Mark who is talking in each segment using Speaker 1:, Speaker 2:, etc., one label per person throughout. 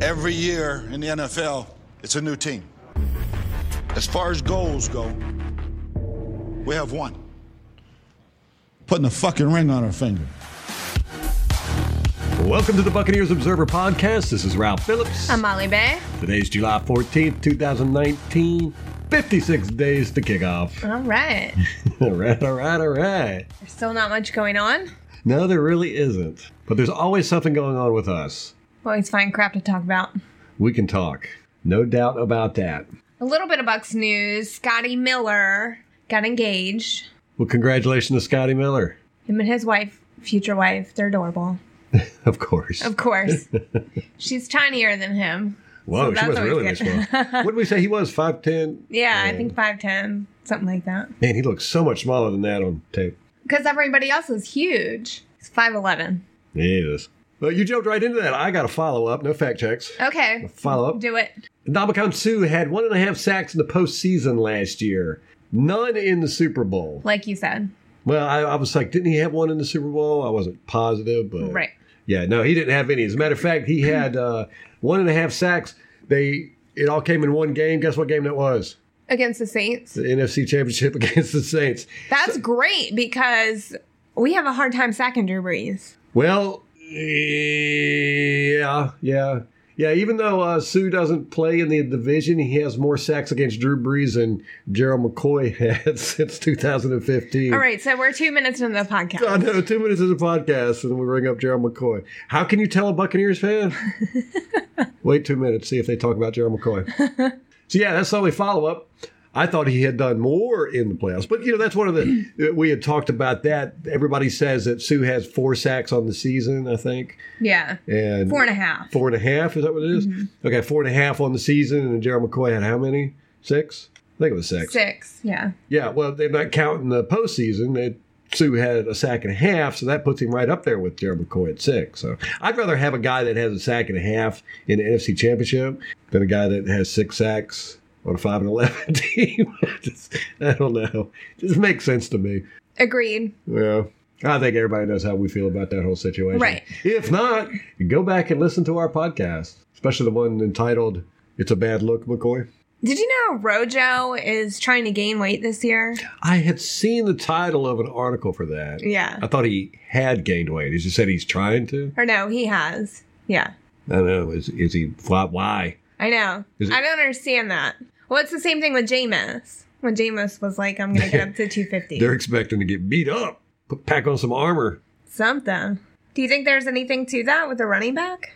Speaker 1: Every year in the NFL, it's a new team. As far as goals go, we have one. Putting a fucking ring on our finger.
Speaker 2: Welcome to the Buccaneers Observer Podcast. This is Ralph Phillips.
Speaker 3: I'm Molly Bay.
Speaker 2: Today's July 14th, 2019. 56 days to kick off.
Speaker 3: All right.
Speaker 2: all right, all right, all right.
Speaker 3: There's still not much going on.
Speaker 2: No, there really isn't. But there's always something going on with us.
Speaker 3: We Always find crap to talk about.
Speaker 2: We can talk. No doubt about that.
Speaker 3: A little bit of Bucks news. Scotty Miller got engaged.
Speaker 2: Well, congratulations to Scotty Miller.
Speaker 3: Him and his wife, future wife, they're adorable.
Speaker 2: Of course.
Speaker 3: Of course. She's tinier than him.
Speaker 2: Whoa,
Speaker 3: that's
Speaker 2: she was
Speaker 3: always
Speaker 2: really
Speaker 3: good.
Speaker 2: this small. What did we say he was? 5'10?
Speaker 3: Yeah, I think 5'10, something like that.
Speaker 2: Man, he looks so much smaller than that on tape.
Speaker 3: Because everybody else is huge. He's 5'11.
Speaker 2: Yeah, he is. Well, you jumped right into that. I got a follow up. No fact checks.
Speaker 3: Okay.
Speaker 2: Follow up.
Speaker 3: Do it.
Speaker 2: Nabokon Sue had one and a half sacks in the postseason last year. None in the Super Bowl.
Speaker 3: Like you said.
Speaker 2: Well, I, I was like, didn't he have one in the Super Bowl? I wasn't positive, but
Speaker 3: Right.
Speaker 2: yeah, no, he didn't have any. As a matter of fact, he had uh, one and a half sacks. They it all came in one game. Guess what game that was?
Speaker 3: Against the Saints.
Speaker 2: The NFC Championship against the Saints.
Speaker 3: That's great because we have a hard time sacking Drew Brees.
Speaker 2: Well, yeah, yeah, yeah. Even though uh, Sue doesn't play in the division, he has more sacks against Drew Brees than Gerald McCoy had since 2015.
Speaker 3: All right, so we're two minutes into the podcast.
Speaker 2: I know, two minutes of the podcast, and we ring up Gerald McCoy. How can you tell a Buccaneers fan? Wait two minutes, see if they talk about Gerald McCoy. so, yeah, that's the only follow up. I thought he had done more in the playoffs, but you know, that's one of the, we had talked about that. Everybody says that Sue has four sacks on the season, I think.
Speaker 3: Yeah,
Speaker 2: And
Speaker 3: four and a half. Mm-hmm.
Speaker 2: Four and a half, is that what it is? Okay, four and a half on the season, and then Gerald McCoy had how many? Six? I think it was six.
Speaker 3: Six, yeah.
Speaker 2: Yeah, well, they're not counting the postseason. It, Sue had a sack and a half, so that puts him right up there with Jared McCoy at six. So I'd rather have a guy that has a sack and a half in the NFC Championship than a guy that has six sacks on a five and eleven team. Just- I don't know. Just makes sense to me.
Speaker 3: Agreed.
Speaker 2: Well, I think everybody knows how we feel about that whole situation.
Speaker 3: Right.
Speaker 2: If not, go back and listen to our podcast, especially the one entitled "It's a Bad Look, McCoy."
Speaker 3: Did you know Rojo is trying to gain weight this year?
Speaker 2: I had seen the title of an article for that.
Speaker 3: Yeah.
Speaker 2: I thought he had gained weight. He just said he's trying to.
Speaker 3: Or no, he has. Yeah,
Speaker 2: I don't know. Is, is he why? Why?
Speaker 3: I know.
Speaker 2: Is it-
Speaker 3: I don't understand that. Well, it's the same thing with Jameis. When Jameis was like, I'm going to get up to 250.
Speaker 2: They're expecting to get beat up. Put pack on some armor.
Speaker 3: Something. Do you think there's anything to that with the running back?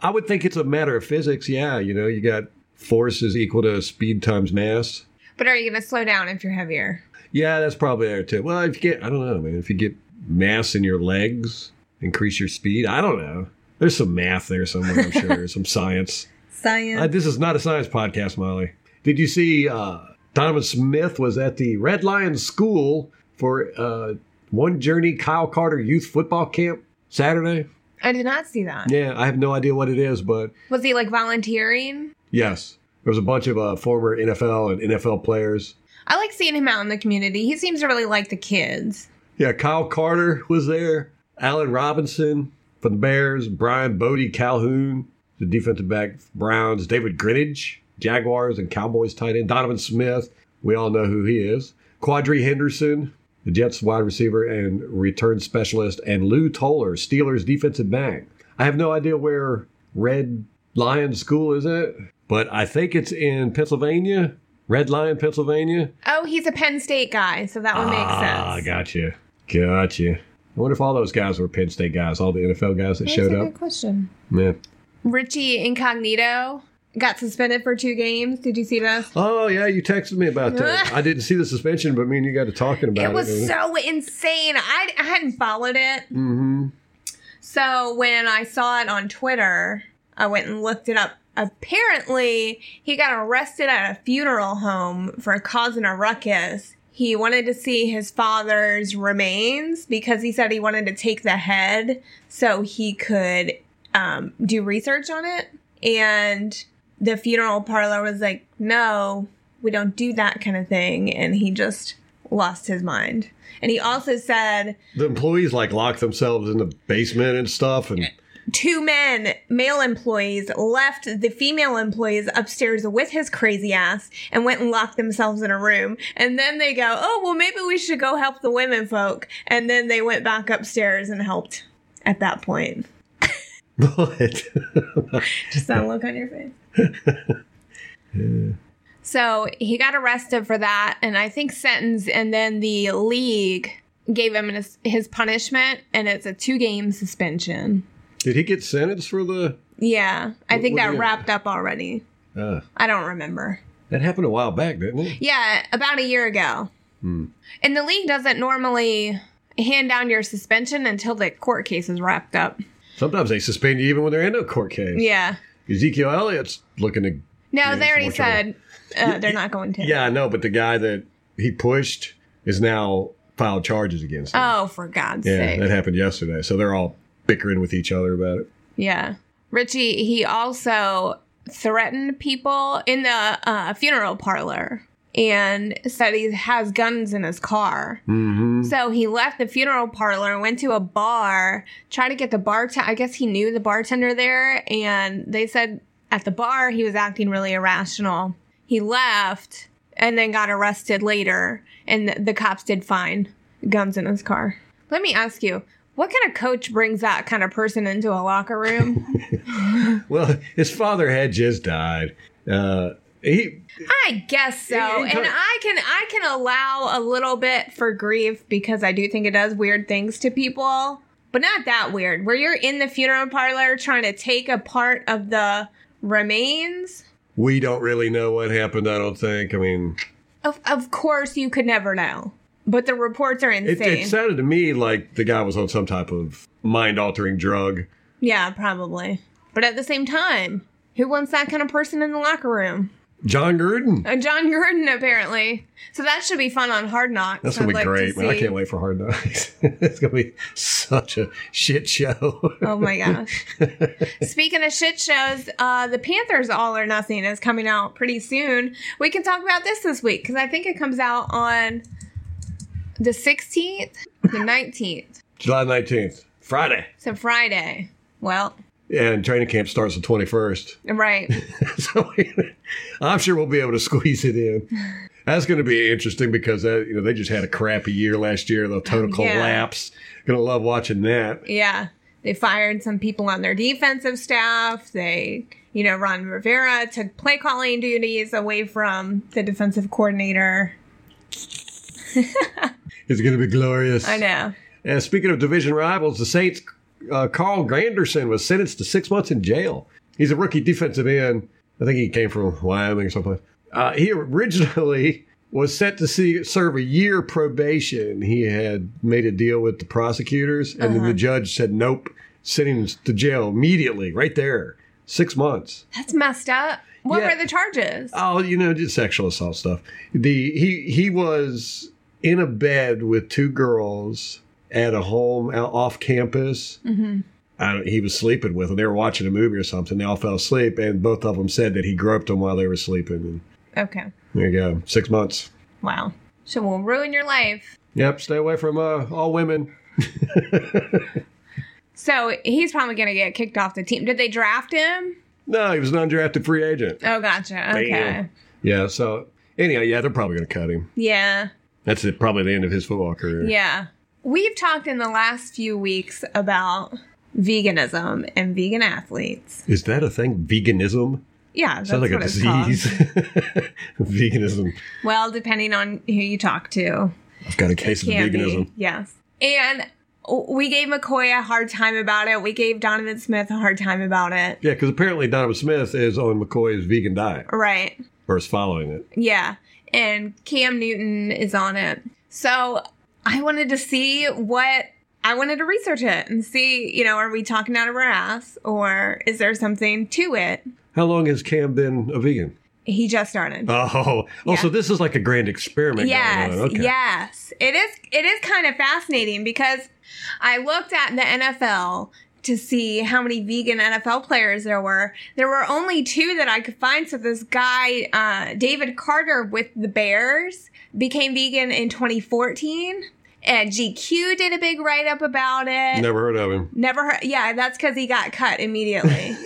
Speaker 2: I would think it's a matter of physics. Yeah, you know, you got force is equal to speed times mass.
Speaker 3: But are you going to slow down if you're heavier?
Speaker 2: Yeah, that's probably there too. Well, if you get, I don't know, man. If you get mass in your legs, increase your speed. I don't know. There's some math there somewhere. I'm sure. some science.
Speaker 3: Science.
Speaker 2: Uh, this is not a science podcast, Molly. Did you see uh, Donovan Smith was at the Red Lion School for uh, One Journey Kyle Carter Youth Football Camp Saturday?
Speaker 3: I did not see that.
Speaker 2: Yeah, I have no idea what it is, but
Speaker 3: Was he like volunteering?
Speaker 2: yes, there was a bunch of uh, former NFL and NFL players.
Speaker 3: I like seeing him out in the community. He seems to really like the kids.
Speaker 2: Yeah, Kyle Carter was there, Allen Robinson from the Bears, Brian Bodie Calhoun, the defensive back Browns, David Greenwich, Jaguars and Cowboys tight end, Donovan Smith, we all know who he is, Quadri Henderson, the Jets wide receiver and return specialist, and Lou Toller, Steelers defensive back. I have no idea where Red Lion School is at, but I think it's in Pennsylvania, Red Lion, Pennsylvania.
Speaker 3: Oh, he's a Penn State guy, so that one makes
Speaker 2: Ah,
Speaker 3: sense.
Speaker 2: gotcha. Gotcha. I wonder if all those guys were Penn State guys, all the NFL guys that showed up.
Speaker 3: question.
Speaker 2: Yeah.
Speaker 3: Richie Incognito got suspended for two games. Did you see this?
Speaker 2: Oh, yeah, you texted me about that. I didn't see the suspension, but me and you got to talking about it.
Speaker 3: It was so insane. I, I hadn't followed it.
Speaker 2: mm-hmm.
Speaker 3: So when I saw it on Twitter, I went and looked it up. Apparently, he got arrested at a funeral home for causing a ruckus. He wanted to see his father's remains because he said he wanted to take the head so he could um, do research on it. And the funeral parlor was like, no, we don't do that kind of thing. And he just lost his mind. And he also said,
Speaker 2: The employees like locked themselves in the basement and stuff, and
Speaker 3: two men, male employees, left the female employees upstairs with his crazy ass and went and locked themselves in a room. And then they go, oh, well, maybe we should go help the women folk. And then they went back upstairs and helped at that point.
Speaker 2: What?
Speaker 3: Just that look on your face. So he got arrested for that, and I think sentenced. And then the league gave him his, his punishment, and it's a two game suspension.
Speaker 2: Did he get sentenced for the?
Speaker 3: Yeah, I
Speaker 2: What-
Speaker 3: think
Speaker 2: what
Speaker 3: that
Speaker 2: year?
Speaker 3: wrapped up already.
Speaker 2: Uh,
Speaker 3: I don't remember.
Speaker 2: that happened a while back, didn't it?
Speaker 3: Yeah, about a year ago.
Speaker 2: Hmm.
Speaker 3: And the league doesn't normally hand down your suspension until the court case is wrapped up.
Speaker 2: Sometimes they suspend you even when they're in a court case.
Speaker 3: Yeah.
Speaker 2: Ezekiel Elliott's looking to.
Speaker 3: No,
Speaker 2: Yeah,
Speaker 3: they
Speaker 2: it's
Speaker 3: already
Speaker 2: more trouble.
Speaker 3: said uh, they're not going to.
Speaker 2: Yeah, I know, but the guy that he pushed is now filed charges against him.
Speaker 3: Oh, for God's
Speaker 2: yeah,
Speaker 3: sake.
Speaker 2: that happened yesterday. So they're all bickering with each other about it.
Speaker 3: Yeah. Richie, he also threatened people in the uh, funeral parlor and said he has guns in his car.
Speaker 2: Mm-hmm.
Speaker 3: So he left the funeral parlor, went to a bar, tried to get the bartender. I guess he knew the bartender there, and they said at the bar he was acting really irrational. He left and then got arrested later, and the cops did find guns in his car. Let me ask you. What kind of coach brings that kind of person into a locker room?
Speaker 2: Well, his father had just died. Uh, he
Speaker 3: I guess so.
Speaker 2: Yeah,
Speaker 3: And
Speaker 2: you kinda-
Speaker 3: I can I can allow a little bit for grief because I do think it does weird things to people, but not that weird. Where you're in the funeral parlor trying to take a part of the remains.
Speaker 2: we don't really know what happened. I don't think. I mean,
Speaker 3: Of of course you could never know. But the reports are
Speaker 2: it,
Speaker 3: insane.
Speaker 2: it sounded to me like the guy was on some type of mind-altering drug.
Speaker 3: yeah, probably. But at the same time, who wants that kind of person in the locker room?
Speaker 2: John Gruden.
Speaker 3: Uh, John Gordon, apparently. So that should be fun on Hard Knocks.
Speaker 2: That's gonna
Speaker 3: I'd
Speaker 2: be
Speaker 3: like to
Speaker 2: great, man. I
Speaker 3: see.
Speaker 2: can't wait for Hard Knocks. it's gonna be such a shit show.
Speaker 3: Oh my gosh. Speaking of shit shows, uh, the Panthers All or Nothing is coming out pretty soon. We can talk about this this week because I think it comes out on the 16th, the 19th.
Speaker 2: July nineteenth, Friday,
Speaker 3: So Friday. Well,
Speaker 2: and training camp starts the twenty-first.
Speaker 3: right.
Speaker 2: so I'm sure we'll be able to squeeze it in. That's going to be interesting because that, you know they just had a crappy year last year. The total
Speaker 3: Yeah.
Speaker 2: collapse. Going to love watching that.
Speaker 3: Yeah. They fired some people on their defensive staff. They, you know, Ron Rivera took play calling duties away from the defensive coordinator.
Speaker 2: It's going to be glorious.
Speaker 3: I know.
Speaker 2: And speaking of division rivals, the Saints, uh, Carl Granderson was sentenced to six months in jail. He's a rookie defensive end. I think he came from Wyoming or someplace. Uh, he originally was set to see, serve a year probation. He had made a deal with the prosecutors, and then the judge said, nope, send him to jail immediately, right there, six months.
Speaker 3: That's messed up. What
Speaker 2: Yeah.
Speaker 3: were the charges?
Speaker 2: Oh, you know, just sexual assault stuff. The he he was in a bed with two girls at a home out off campus. Mm-hmm. I don't, he was sleeping with them. They were watching a movie or something. They all fell asleep, and both of them said that he groped them while they were sleeping. And
Speaker 3: Okay.
Speaker 2: there you go, six months.
Speaker 3: Wow. So we'll ruin your life.
Speaker 2: Yep, stay away from uh, all women.
Speaker 3: So he's probably going to get kicked off the team. Did they draft him?
Speaker 2: No, he was an undrafted free agent.
Speaker 3: Oh, gotcha. Okay.
Speaker 2: Bam. Yeah, so anyhow, yeah, they're probably going to cut him.
Speaker 3: Yeah.
Speaker 2: That's it, probably the end of his football career.
Speaker 3: Yeah. We've talked in the last few weeks about veganism and vegan athletes.
Speaker 2: Is that a thing? Veganism?
Speaker 3: Yeah, that's
Speaker 2: Sounds like a
Speaker 3: what it's called.
Speaker 2: disease. veganism.
Speaker 3: Well, depending on who you talk to.
Speaker 2: I've got a case of
Speaker 3: Can be,
Speaker 2: veganism.
Speaker 3: Yes. And we gave McCoy a hard time about it. We gave Donovan Smith a hard time about it.
Speaker 2: Yeah, because apparently Donovan Smith is on McCoy's vegan diet
Speaker 3: Right.
Speaker 2: or is following it.
Speaker 3: Yeah. And Cam Newton is on it. So I wanted to see what I wanted to research it and see, you know, are we talking out of our ass or is there something to it?
Speaker 2: How long has Cam been a vegan?
Speaker 3: He just started.
Speaker 2: Oh, oh, so
Speaker 3: Yeah.
Speaker 2: this is like a grand experiment.
Speaker 3: yes.
Speaker 2: Going on. Okay.
Speaker 3: Yes. It is it is kind of fascinating because I looked at the NFL to see how many vegan NFL players there were. There were only two that I could find. So this guy, uh, David Carter with the Bears, became vegan in 2014. And GQ did a big write up about it.
Speaker 2: Never heard of him.
Speaker 3: Never heard. Yeah, that's because he got cut immediately.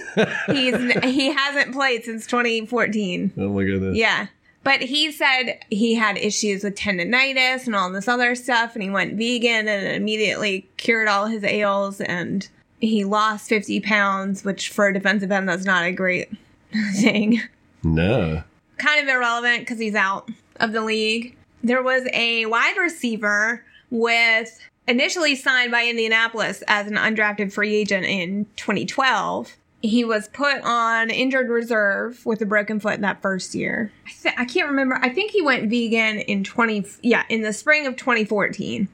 Speaker 3: He's n- he hasn't played since 2014.
Speaker 2: Oh my goodness.
Speaker 3: Yeah, but he said he had issues with tendonitis and all this other stuff, and he went vegan and immediately cured all his ails, and he lost 50 pounds, which for a defensive end that's not a great thing
Speaker 2: No.
Speaker 3: kind of irrelevant because he's out of the league. There was a wide receiver with initially signed by Indianapolis as an undrafted free agent in 2012. He was put on injured reserve with a broken foot that first year. I, th- I can't remember. I think he went vegan in 20 yeah, in the spring of 2014.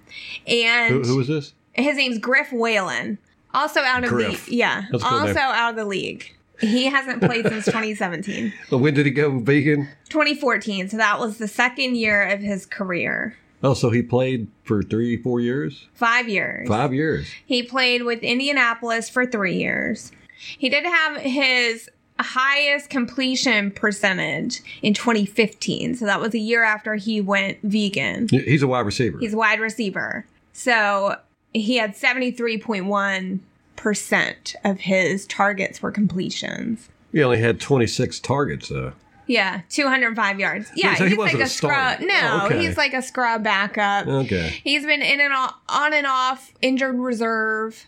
Speaker 3: And
Speaker 2: Who, who was this?
Speaker 3: his name's Griff Whalen. Also out of
Speaker 2: Griff.
Speaker 3: the yeah,
Speaker 2: That's a cool
Speaker 3: also
Speaker 2: name.
Speaker 3: out of the league. He hasn't played since 2017.
Speaker 2: Oh, when did he go vegan?
Speaker 3: 2014. So that was the second year of his career.
Speaker 2: Oh, so he played for three, four years?
Speaker 3: Five years.
Speaker 2: Five years.
Speaker 3: He played with Indianapolis for three years. He did have his highest completion percentage in 2015. So that was a year after he went vegan.
Speaker 2: Yeah, He's a wide receiver.
Speaker 3: He's a wide receiver. So he had 73.1% of his targets were completions.
Speaker 2: he only had 26 targets, though.
Speaker 3: Yeah, 205 yards. Yeah,
Speaker 2: so he
Speaker 3: he's like
Speaker 2: wasn't
Speaker 3: a
Speaker 2: a starter.
Speaker 3: scrub. No,
Speaker 2: Oh, okay.
Speaker 3: he's like a scrub backup.
Speaker 2: Okay.
Speaker 3: He's been in and off, on and off injured reserve.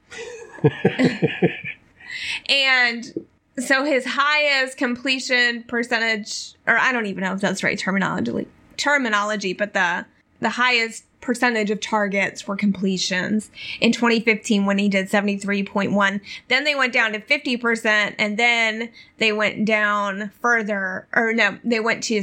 Speaker 3: and so his highest completion percentage or I don't even know if that's the right terminology terminology, but the the highest percentage of targets were completions in 2015 when he did 73.1. Then they went down to 50% and then they went down further or no, they went to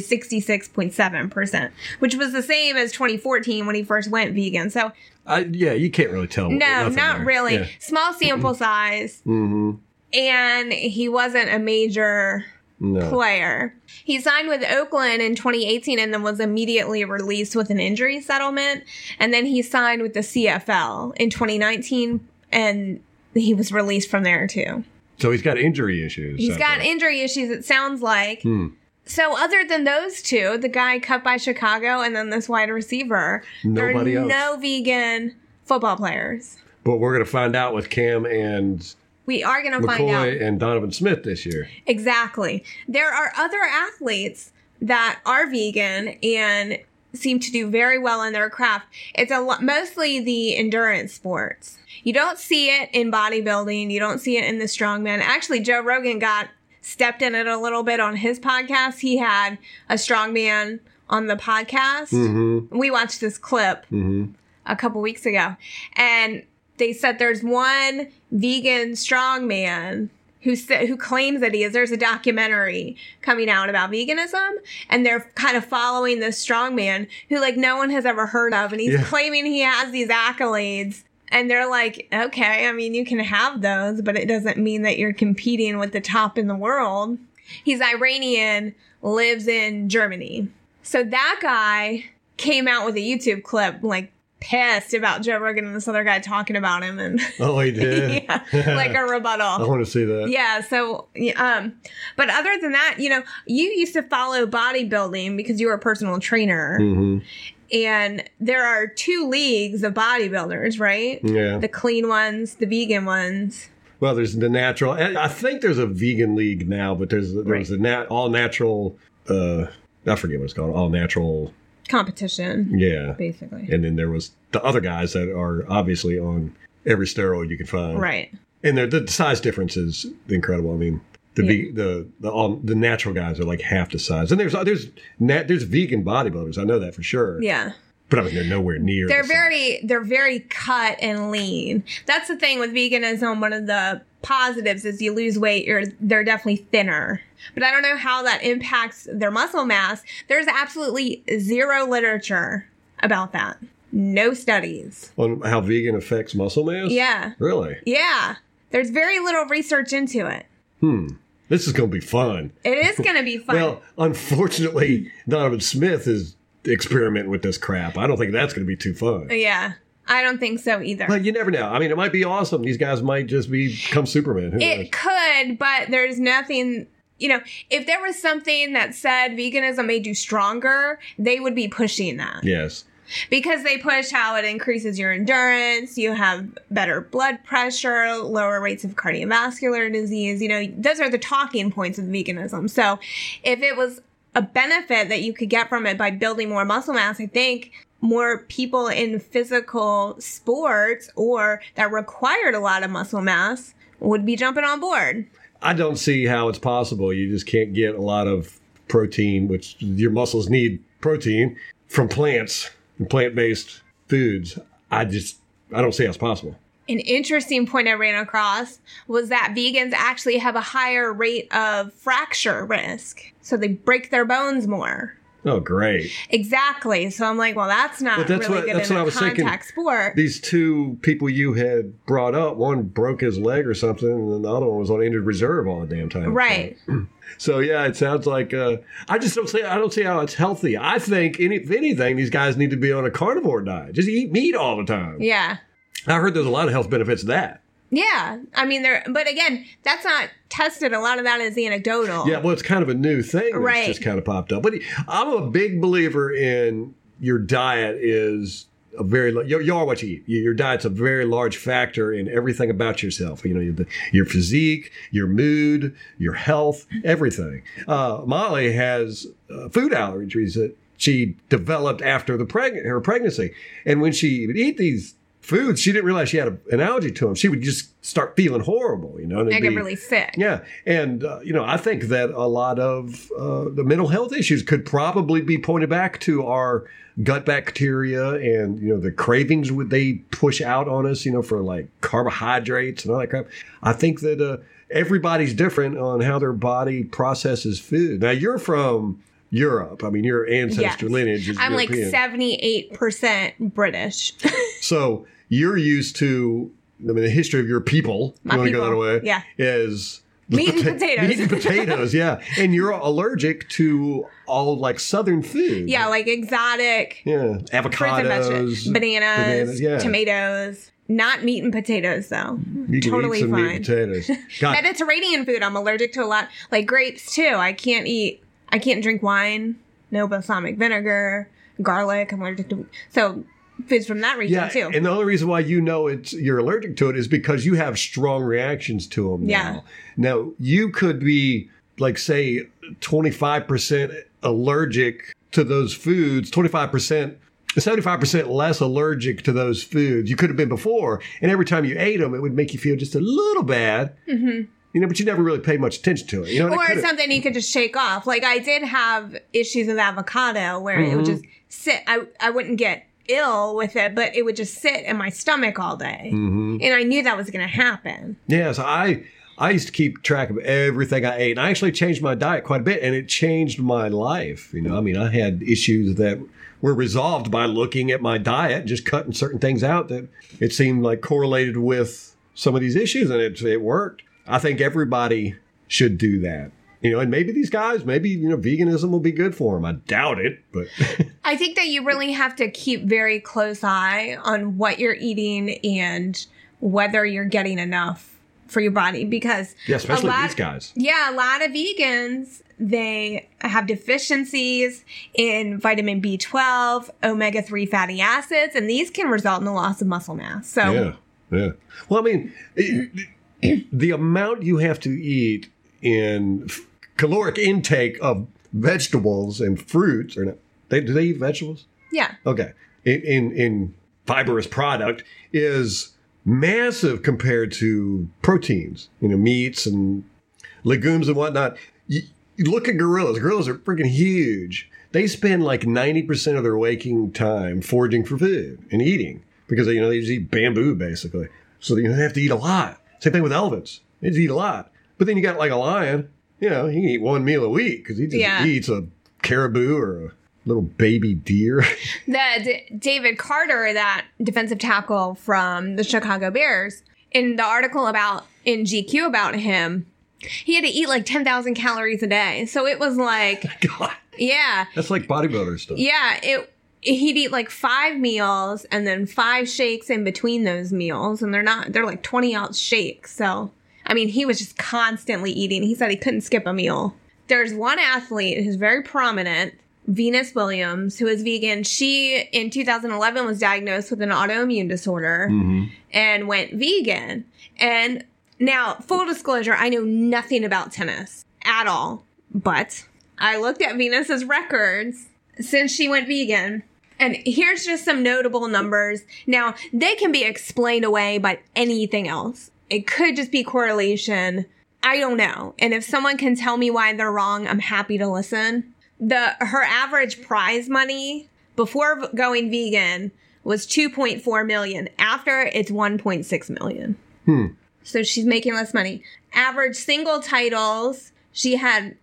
Speaker 3: 66.7%, which was the same as 2014 when he first went vegan. So,
Speaker 2: I, yeah, you can't really tell.
Speaker 3: no,
Speaker 2: nothing
Speaker 3: not
Speaker 2: there.
Speaker 3: really.
Speaker 2: Yeah.
Speaker 3: Small sample size
Speaker 2: Mhm.
Speaker 3: and he wasn't a major
Speaker 2: No.
Speaker 3: player. He signed with Oakland in 2018 and then was immediately released with an injury settlement. And then he signed with the CFL in 2019 and he was released from there too.
Speaker 2: So he's got injury issues.
Speaker 3: He's
Speaker 2: out
Speaker 3: got
Speaker 2: there.
Speaker 3: injury issues, it sounds like.
Speaker 2: Hmm.
Speaker 3: So, other than those two, the guy cut by Chicago and then this wide receiver,
Speaker 2: Nobody
Speaker 3: there are
Speaker 2: else.
Speaker 3: no vegan football players.
Speaker 2: But we're going to find out with Cam and
Speaker 3: We are going to find out.
Speaker 2: McCoy and Donovan Smith this year.
Speaker 3: Exactly. There are other athletes that are vegan and seem to do very well in their craft. It's a lot, mostly the endurance sports. You don't see it in bodybuilding. You don't see it in the strongman. Actually, Joe Rogan got stepped in it a little bit on his podcast. He had a strongman on the podcast. We watched this clip a couple weeks ago, and they said there's one vegan strongman who sa- who claims that he is. There's a documentary coming out about veganism, and they're kind of following this strongman who like no one has ever heard of, and he's
Speaker 2: Yeah.
Speaker 3: claiming he has these accolades. And they're like, okay, I mean, you can have those, but it doesn't mean that you're competing with the top in the world. He's Iranian, lives in Germany. So that guy came out with a YouTube clip, like pissed about Joe Rogan and this other guy talking about him, and
Speaker 2: Oh, he did.
Speaker 3: yeah, like a
Speaker 2: I
Speaker 3: rebuttal.
Speaker 2: want to see that.
Speaker 3: Yeah. So, yeah, um, but other than that, you know, you used to follow bodybuilding because you were a personal trainer,
Speaker 2: hmm
Speaker 3: and there are two leagues of bodybuilders, right?
Speaker 2: Yeah.
Speaker 3: The clean ones, the vegan ones.
Speaker 2: Well, there's the natural. and I think there's a vegan league now, but there's there's a nat, all natural. uh I forget what it's called. All natural.
Speaker 3: Competition,
Speaker 2: Yeah.
Speaker 3: basically.
Speaker 2: And then there was the other guys that are obviously on every steroid you can find.
Speaker 3: Right.
Speaker 2: And they're, the size difference is incredible. I mean, the ve- the the all, the natural guys are like half the size. And there's there's nat, there's vegan bodybuilders. I know that for sure.
Speaker 3: Yeah.
Speaker 2: But I mean, they're nowhere near.
Speaker 3: They're
Speaker 2: the
Speaker 3: very they're very cut and lean. That's the thing with veganism. One of the positives is you lose weight. You're they're definitely thinner. But I don't know how that impacts their muscle mass. There's absolutely zero literature about that. No studies.
Speaker 2: size. on how vegan affects muscle mass.
Speaker 3: Yeah.
Speaker 2: Really.
Speaker 3: Yeah. There's very little research into it.
Speaker 2: This is going to be fun.
Speaker 3: It is going to be fun.
Speaker 2: Well, unfortunately, Donovan Smith is experimenting with this crap. I don't think that's going to be too fun.
Speaker 3: yeah. I don't think so either.
Speaker 2: But you never know. I mean, it might be awesome. These guys might just become Superman. Who knows?
Speaker 3: It could, but there's nothing. You know, if there was something that said veganism made you stronger, they would be pushing that.
Speaker 2: Yes.
Speaker 3: because they push how it increases your endurance, you have better blood pressure, lower rates of cardiovascular disease. You know, those are the talking points of veganism. So, if it was a benefit that you could get from it by building more muscle mass, I think more people in physical sports or that required a lot of muscle mass would be jumping on board.
Speaker 2: I don't see how it's possible. You just can't get a lot of protein, which your muscles need protein from plants and plant based foods. I just, I don't see how it's possible.
Speaker 3: An interesting point I ran across was that vegans actually have a higher rate of fracture risk. So they break their bones more.
Speaker 2: Oh, great.
Speaker 3: Exactly. So I'm like, well, that's not
Speaker 2: But that's
Speaker 3: really
Speaker 2: what-
Speaker 3: good
Speaker 2: that's
Speaker 3: in
Speaker 2: what
Speaker 3: a
Speaker 2: I was
Speaker 3: contact
Speaker 2: thinking.
Speaker 3: sport.
Speaker 2: These two people you had brought up, one broke his leg or something, and then the other one was on injured reserve all the damn time.
Speaker 3: right.
Speaker 2: So yeah, it sounds like uh, I just don't see. I don't see how it's healthy. I think any, if anything, these guys need to be on a carnivore diet. Just eat meat all the time.
Speaker 3: Yeah.
Speaker 2: I heard there's a lot of health benefits to that.
Speaker 3: Yeah. I mean, there, but again, that's not tested. A lot of that is anecdotal.
Speaker 2: Yeah, well, it's kind of a new thing that's
Speaker 3: Right.
Speaker 2: just kind of popped up. But I'm a big believer in your diet is a very la- you, you are what you eat. Your- Your diet's a very large factor in everything about yourself. You know, your, your physique, your mood, your health, everything. Uh, Molly has uh, food allergies that she developed after the preg- her pregnancy, and when she would eat these. Foods, she didn't realize she had a, an allergy to them. She would just start feeling horrible, you know. and
Speaker 3: I
Speaker 2: it'd
Speaker 3: get
Speaker 2: be-
Speaker 3: really sick.
Speaker 2: yeah, and uh, you know, I think that a lot of uh, the mental health issues could probably be pointed back to our gut bacteria and you know the cravings would they push out on us, you know, for like carbohydrates and all that crap. I think that uh, everybody's different on how their body processes food. Now you're from Europe. I mean, your ancestor
Speaker 3: Yes.
Speaker 2: lineage is
Speaker 3: I'm like
Speaker 2: European.
Speaker 3: 78% British.
Speaker 2: So you're used to, I mean, the history of your people,
Speaker 3: My
Speaker 2: you want to
Speaker 3: people,
Speaker 2: go that way,
Speaker 3: yeah.
Speaker 2: is
Speaker 3: Meat and potatoes.
Speaker 2: Meat and potatoes, yeah. And you're allergic to all like southern food.
Speaker 3: yeah, like exotic
Speaker 2: Yeah.
Speaker 3: fruits and vegetables,
Speaker 2: Avocados.
Speaker 3: bananas,
Speaker 2: bananas, yeah.
Speaker 3: tomatoes. Not meat and potatoes, though.
Speaker 2: You can
Speaker 3: totally
Speaker 2: eat some meat
Speaker 3: fine.
Speaker 2: and potatoes. God,
Speaker 3: Mediterranean food, I'm allergic to a lot. Like grapes, too. I can't eat, I can't drink wine, no balsamic vinegar, garlic. I'm allergic to. So, foods from that region,
Speaker 2: yeah.
Speaker 3: too.
Speaker 2: And the only reason why you know it's you're allergic to it is because you have strong reactions to them.
Speaker 3: Yeah.
Speaker 2: Now, now you could be like say 25% allergic to those foods, 25% 75% less allergic to those foods you could have been before. And every time you ate them, it would make you feel just a little bad. Mm-hmm. You know, but you never really paid much attention to it. You know, and it
Speaker 3: or
Speaker 2: could've-
Speaker 3: something you could just shake off. Like I did have issues with avocado where it would
Speaker 2: Mm-hmm.
Speaker 3: just sit. I I wouldn't get ill with it, but it would just sit in my stomach all day,
Speaker 2: Mm-hmm.
Speaker 3: and I knew that was going to happen.
Speaker 2: Yeah, so I I used to keep track of everything I ate, and I actually changed my diet quite a bit, and it changed my life. You know, I mean, I had issues that were resolved by looking at my diet, just cutting certain things out that it seemed like correlated with some of these issues, and it it worked. I think everybody should do that. You know, and maybe these guys, maybe you know, veganism will be good for them. I doubt it, but
Speaker 3: I think that you really have to keep very close eye on what you're eating and whether you're getting enough for your body because
Speaker 2: yeah,
Speaker 3: a
Speaker 2: especially
Speaker 3: lot,
Speaker 2: these guys.
Speaker 3: Yeah, a lot of vegans, they have deficiencies in vitamin B12, omega 3 fatty acids, and these can result in the loss of muscle mass. So,
Speaker 2: Yeah, yeah. Well, I mean, it- the amount you have to eat in f- caloric intake of vegetables and fruits, or not, they, do they eat vegetables?
Speaker 3: yeah.
Speaker 2: Okay, in in, in fibrous product is massive compared to proteins, you know, meats and legumes and whatnot. You, you look at gorillas. Gorillas are freaking huge. They spend like 90% of their waking time foraging for food and eating because, you know, they just eat bamboo basically. So you know, they have to eat a lot. Same thing with elephants. They just eat a lot. But then you got like a lion, you know, he can eat one meal a week because he just
Speaker 3: Yeah.
Speaker 2: eats a caribou or a little baby deer.
Speaker 3: The D- David Carter, that defensive tackle from the Chicago Bears, in the article about in GQ about him, he had to eat like 10,000 calories a day. So it was like,
Speaker 2: God.
Speaker 3: yeah,
Speaker 2: That's like bodybuilder stuff.
Speaker 3: Yeah, it he'd eat like five meals and then five shakes in between those meals, and they're not they're like twenty ounce shakes. So I mean, he was just constantly eating. He said he couldn't skip a meal. There's one athlete who's very prominent Venus Williams, who is vegan, she in 2011 was diagnosed with an autoimmune disorder and went vegan. And now, full disclosure, I know nothing about tennis at all, but I looked at Venus's records since she went vegan. And here's just some notable numbers. Now, they can be explained away by anything else. It could just be correlation. I don't know. And if someone can tell me why they're wrong, I'm happy to listen. The her average prize money before v- going vegan was 2.4 million. After it's 1.6 million. So she's making less money. Average single titles, she had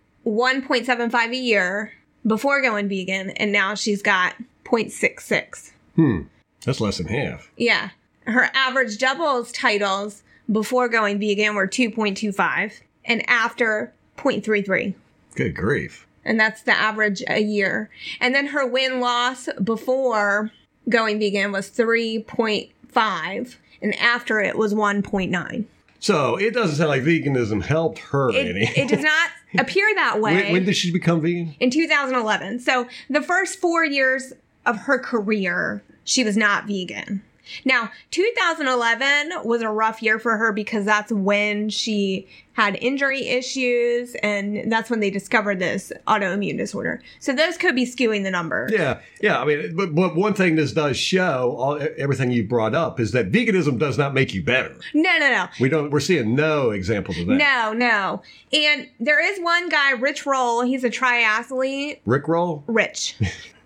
Speaker 3: 1.75 a year before going vegan, and now she's got 0.66.
Speaker 2: That's less than half.
Speaker 3: Yeah. Her average doubles titles before going vegan were 2.25 and after 0.33.
Speaker 2: Good grief.
Speaker 3: And that's the average a year. And then her win loss before going vegan was 3.5 and after it was 1.9.
Speaker 2: So it doesn't sound like veganism helped her
Speaker 3: It,
Speaker 2: any.
Speaker 3: it does not appear that way.
Speaker 2: when, when did she become vegan?
Speaker 3: in 2011. So the first four years of her career, she was not vegan. Now, 2011 was a rough year for her because that's when she had injury issues and that's when they discovered this autoimmune disorder. So those could be skewing the number.
Speaker 2: Yeah, yeah. I mean, but, but one thing this does show, all, e, everything you brought up, is that veganism does not make you better.
Speaker 3: No, no, no.
Speaker 2: We don't. We're seeing no examples of that.
Speaker 3: No, no. And there is one guy, Rich Roll, he's a triathlete,
Speaker 2: Rick roll.
Speaker 3: Rich,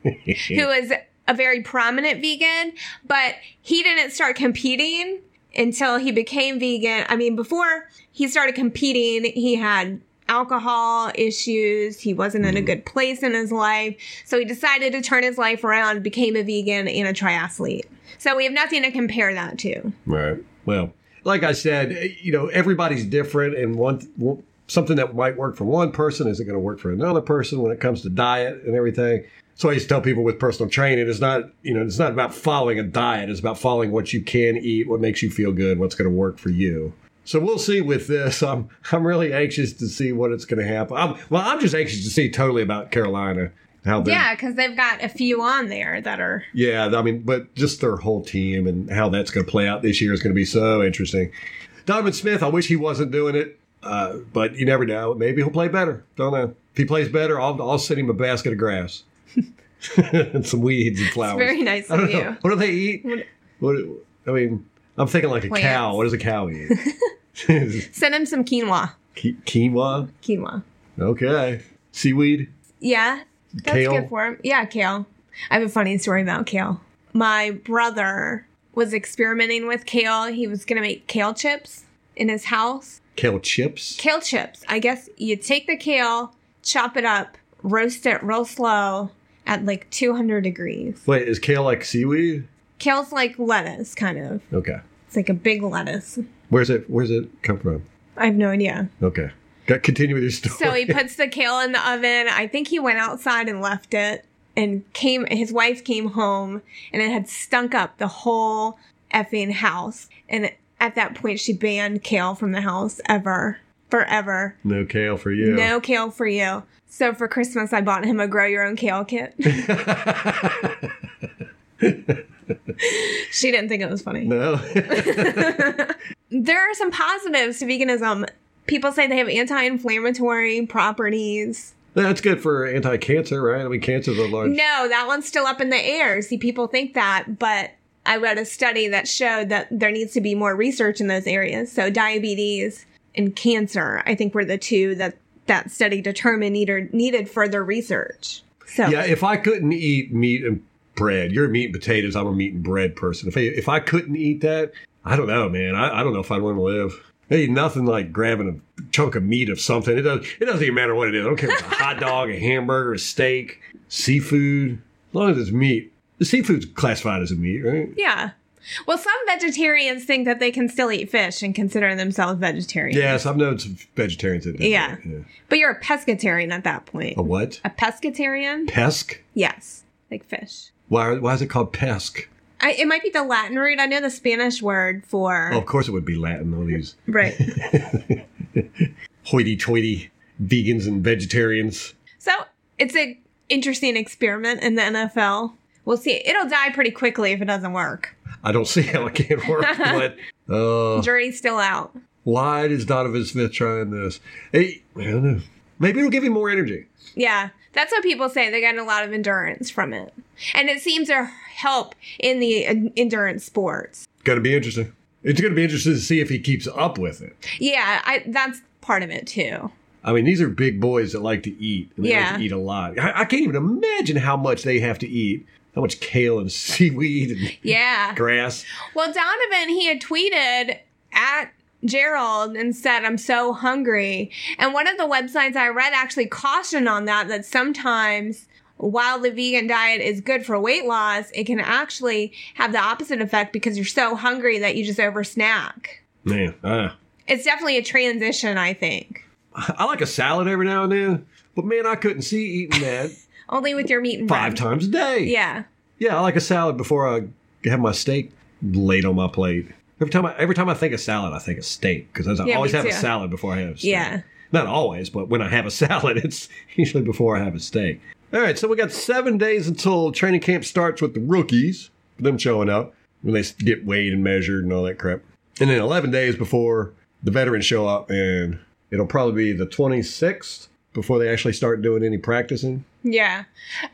Speaker 3: who is a very prominent vegan, but he didn't start competing until he became vegan. I mean, before he started competing, he had alcohol issues. He wasn't in a good place in his life. So he decided to turn his life around, became a vegan and a triathlete. So we have nothing to compare that to.
Speaker 2: Right. Well, like I said, eh, you know, everybody's different, and one one- something that might work for one person isn't going to work for another person when it comes to diet and everything. So I used to tell people with personal training, it's not you know, it's not about following a diet. It's about following what you can eat, what makes you feel good, what's going to work for you. So we'll see with this. I'm I'm really anxious to see what it's going to happen. I'm, well, I'm just anxious to see totally about Carolina how they're
Speaker 3: Yeah, because they've got a few on there that are.
Speaker 2: yeah, I mean, but just their whole team and how that's going to play out this year is going to be so interesting. Donovan Smith, I wish he wasn't doing it, uh, but you never know. Maybe he'll play better. Don't know. If he plays better, I'll, I'll send him a basket of grass and some weeds and flowers.
Speaker 3: very nice
Speaker 2: I don't
Speaker 3: of
Speaker 2: know.
Speaker 3: you.
Speaker 2: What do they eat? What, I mean, I'm thinking like a
Speaker 3: Plants.
Speaker 2: cow. What does a cow eat? Qui-
Speaker 3: Send him some quinoa.
Speaker 2: Quinoa?
Speaker 3: Quinoa.
Speaker 2: Okay. Seaweed?
Speaker 3: Yeah, that's
Speaker 2: Kale?
Speaker 3: good for him. Yeah, kale. I have a funny story about kale. My brother was experimenting with kale. He was gonna make kale chips in his house.
Speaker 2: Kale chips?
Speaker 3: Kale chips. I guess you take the kale, chop it up, roast it real slow at like 200 degrees.
Speaker 2: Wait, is kale like seaweed?
Speaker 3: Kale's like lettuce, kind of.
Speaker 2: Okay.
Speaker 3: It's like a big lettuce.
Speaker 2: Where's it? Where's it come from?
Speaker 3: I have no idea.
Speaker 2: Okay. Got continue with your story.
Speaker 3: So he puts the kale in the oven. I think he went outside and left it and came his wife came home and it had stunk up the whole effing house. And at that point she banned kale from the house ever. Forever.
Speaker 2: no kale for you.
Speaker 3: No kale for you. So for Christmas I bought him a grow your own kale kit. she didn't think it was funny.
Speaker 2: no.
Speaker 3: There are some positives to veganism. People say they have anti-inflammatory properties.
Speaker 2: That's good for anti-cancer, right? I mean, cancer's a large.
Speaker 3: No, that one's still up in the air. See, people think that, but I read a study that showed that there needs to be more research in those areas. So diabetes and cancer, I think, were the two that that study determined needed needed further research. So
Speaker 2: Yeah, if I couldn't eat meat and bread, you're meat and potatoes. I'm a meat and bread person. If I, if I couldn't eat that, I don't know, man. I, I don't know if I'd want to live. Hey, nothing like grabbing a chunk of meat of something. It does. It doesn't even matter what it is. I don't care if it's a hot dog, a hamburger, a steak, seafood. As long as it's meat, the seafood's classified as a meat, right?
Speaker 3: yeah. Well, some vegetarians think that they can still eat fish and consider themselves vegetarian.
Speaker 2: Yes, I've known some vegetarians that. do that,
Speaker 3: Yeah. But you're a pescatarian at that point.
Speaker 2: A what?
Speaker 3: A pescatarian?
Speaker 2: Pesk?
Speaker 3: Yes, like fish.
Speaker 2: Why, why is it called pesk?
Speaker 3: I, it might be the Latin root. I know the Spanish word for
Speaker 2: Oh, of course it would be Latin, all these
Speaker 3: right.
Speaker 2: hoity toity vegans and vegetarians.
Speaker 3: So it's a interesting experiment in the NFL. We'll see. It'll die pretty quickly if it doesn't work.
Speaker 2: I don't see how it can't work, but uh,
Speaker 3: Jury's still out.
Speaker 2: why is Donovan Smith trying this? Hey, I don't know. Maybe it'll give him more energy.
Speaker 3: Yeah, that's what people say. They got a lot of endurance from it, and it seems to help in the uh, endurance sports.
Speaker 2: Going to be interesting. It's going to be interesting to see if he keeps up with it.
Speaker 3: Yeah, I, that's part of it too.
Speaker 2: I mean, these are big boys that like to eat. And they like
Speaker 3: Yeah.
Speaker 2: to eat a lot. I, I can't even imagine how much they have to eat. How much kale and seaweed and
Speaker 3: Yeah.
Speaker 2: grass.
Speaker 3: Well, Donovan, he had tweeted at Gerald and said, I'm so hungry. And one of the websites I read actually cautioned on that, that sometimes while the vegan diet is good for weight loss, it can actually have the opposite effect because you're so hungry that you just oversnack.
Speaker 2: Man, uh,
Speaker 3: It's definitely a transition, I think.
Speaker 2: I like a salad every now and then, but man, I couldn't see eating that
Speaker 3: Only with your meat and
Speaker 2: five
Speaker 3: bread.
Speaker 2: times a day.
Speaker 3: Yeah.
Speaker 2: Yeah, I like a salad before I have my steak laid on my plate. Every time I every time I think of salad, I think of steak because I
Speaker 3: Yeah,
Speaker 2: always
Speaker 3: me
Speaker 2: have a
Speaker 3: too.
Speaker 2: salad before I have steak.
Speaker 3: Yeah.
Speaker 2: Not always, but when I have a salad, it's usually before I have a steak. All right, so we got seven days until training camp starts with the rookies, them showing up when they get weighed and measured and all that crap. And then 11 days before the veterans show up, and it'll probably be the 26th before they actually start doing any practicing.
Speaker 3: Yeah.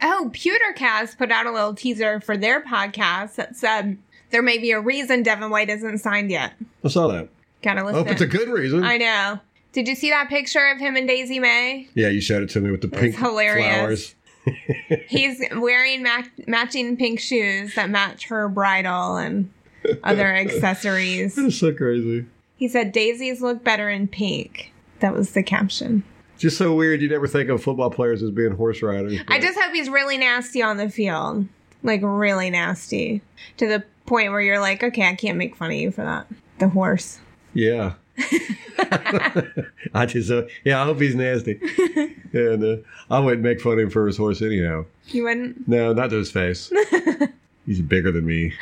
Speaker 3: Oh, Pewtercast put out a little teaser for their podcast that said there may be a reason Devin White isn't signed yet.
Speaker 2: I saw that.
Speaker 3: Gotta
Speaker 2: I
Speaker 3: listen.
Speaker 2: hope Oh, it's a good reason.
Speaker 3: I know. Did you see that picture of him and Daisy May?
Speaker 2: Yeah, you showed it to me with the pink
Speaker 3: hilarious.
Speaker 2: flowers.
Speaker 3: He's wearing mac- matching pink shoes that match her bridle and other accessories.
Speaker 2: It's so crazy.
Speaker 3: He said, Daisies look better in pink. That was the caption.
Speaker 2: Just so weird. You never think of football players as being horse riders.
Speaker 3: I
Speaker 2: but-
Speaker 3: just hope he's really nasty on the field. Like, really nasty. To the point where you're like, okay, I can't make fun of you for that. The horse.
Speaker 2: yeah. I just uh, yeah. I hope he's nasty. and uh, I wouldn't make fun of him for his horse anyhow.
Speaker 3: You wouldn't?
Speaker 2: No, not to his face. he's bigger than me.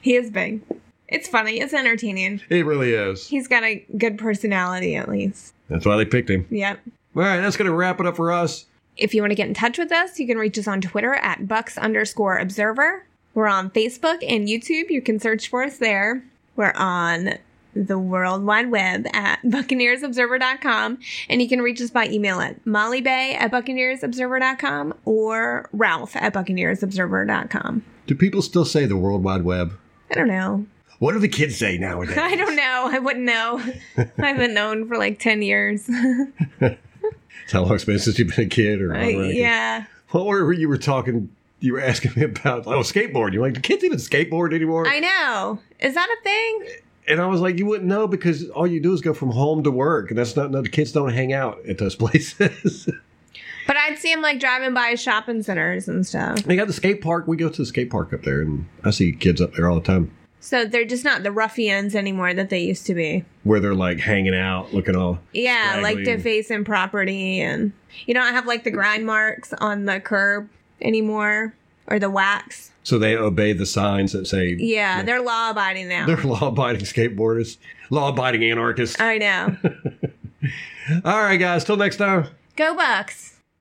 Speaker 3: He is big. It's funny. It's entertaining.
Speaker 2: It really is.
Speaker 3: He's got a good personality, at least.
Speaker 2: That's why they picked him.
Speaker 3: Yep.
Speaker 2: All right, that's gonna wrap it up for us.
Speaker 3: If you want to get in touch with us, you can reach us on Twitter at Bucks underscore observer. We're on Facebook and YouTube. You can search for us there. We're on the World Wide Web at BuccaneersObserver.com. And you can reach us by email at mollybay at BuccaneersObserver.com or Ralph at BuccaneersObserver.com.
Speaker 2: Do people still say the World Wide Web?
Speaker 3: I don't know.
Speaker 2: What do the kids say nowadays?
Speaker 3: I don't know. I wouldn't know. I haven't known for like 10 years.
Speaker 2: It's How long it's been since you've been a kid? Or how long I can-
Speaker 3: Uh, yeah.
Speaker 2: What were you were talking? You were asking me about oh skateboard. You're like, do kids even skateboard anymore?
Speaker 3: I know. Is that a thing?
Speaker 2: and I was like, you wouldn't know because all you do is go from home to work, and that's not. No, the kids don't hang out at those places.
Speaker 3: But I'd see him like driving by shopping centers and stuff.
Speaker 2: they got the skate park. We go to the skate park up there, and I see kids up there all the time
Speaker 3: So they're just not the ruffians anymore that they used to be.
Speaker 2: where they're like hanging out, looking all.
Speaker 3: Yeah, like
Speaker 2: Straggling.
Speaker 3: defacing property and you don't have like the grind marks on the curb anymore or the wax.
Speaker 2: So they obey the signs that say
Speaker 3: Yeah, they're law abiding now.
Speaker 2: they're law-abiding skateboarders, law-abiding anarchists.
Speaker 3: I know.
Speaker 2: all right, guys. Till next time.
Speaker 3: Go Bucks.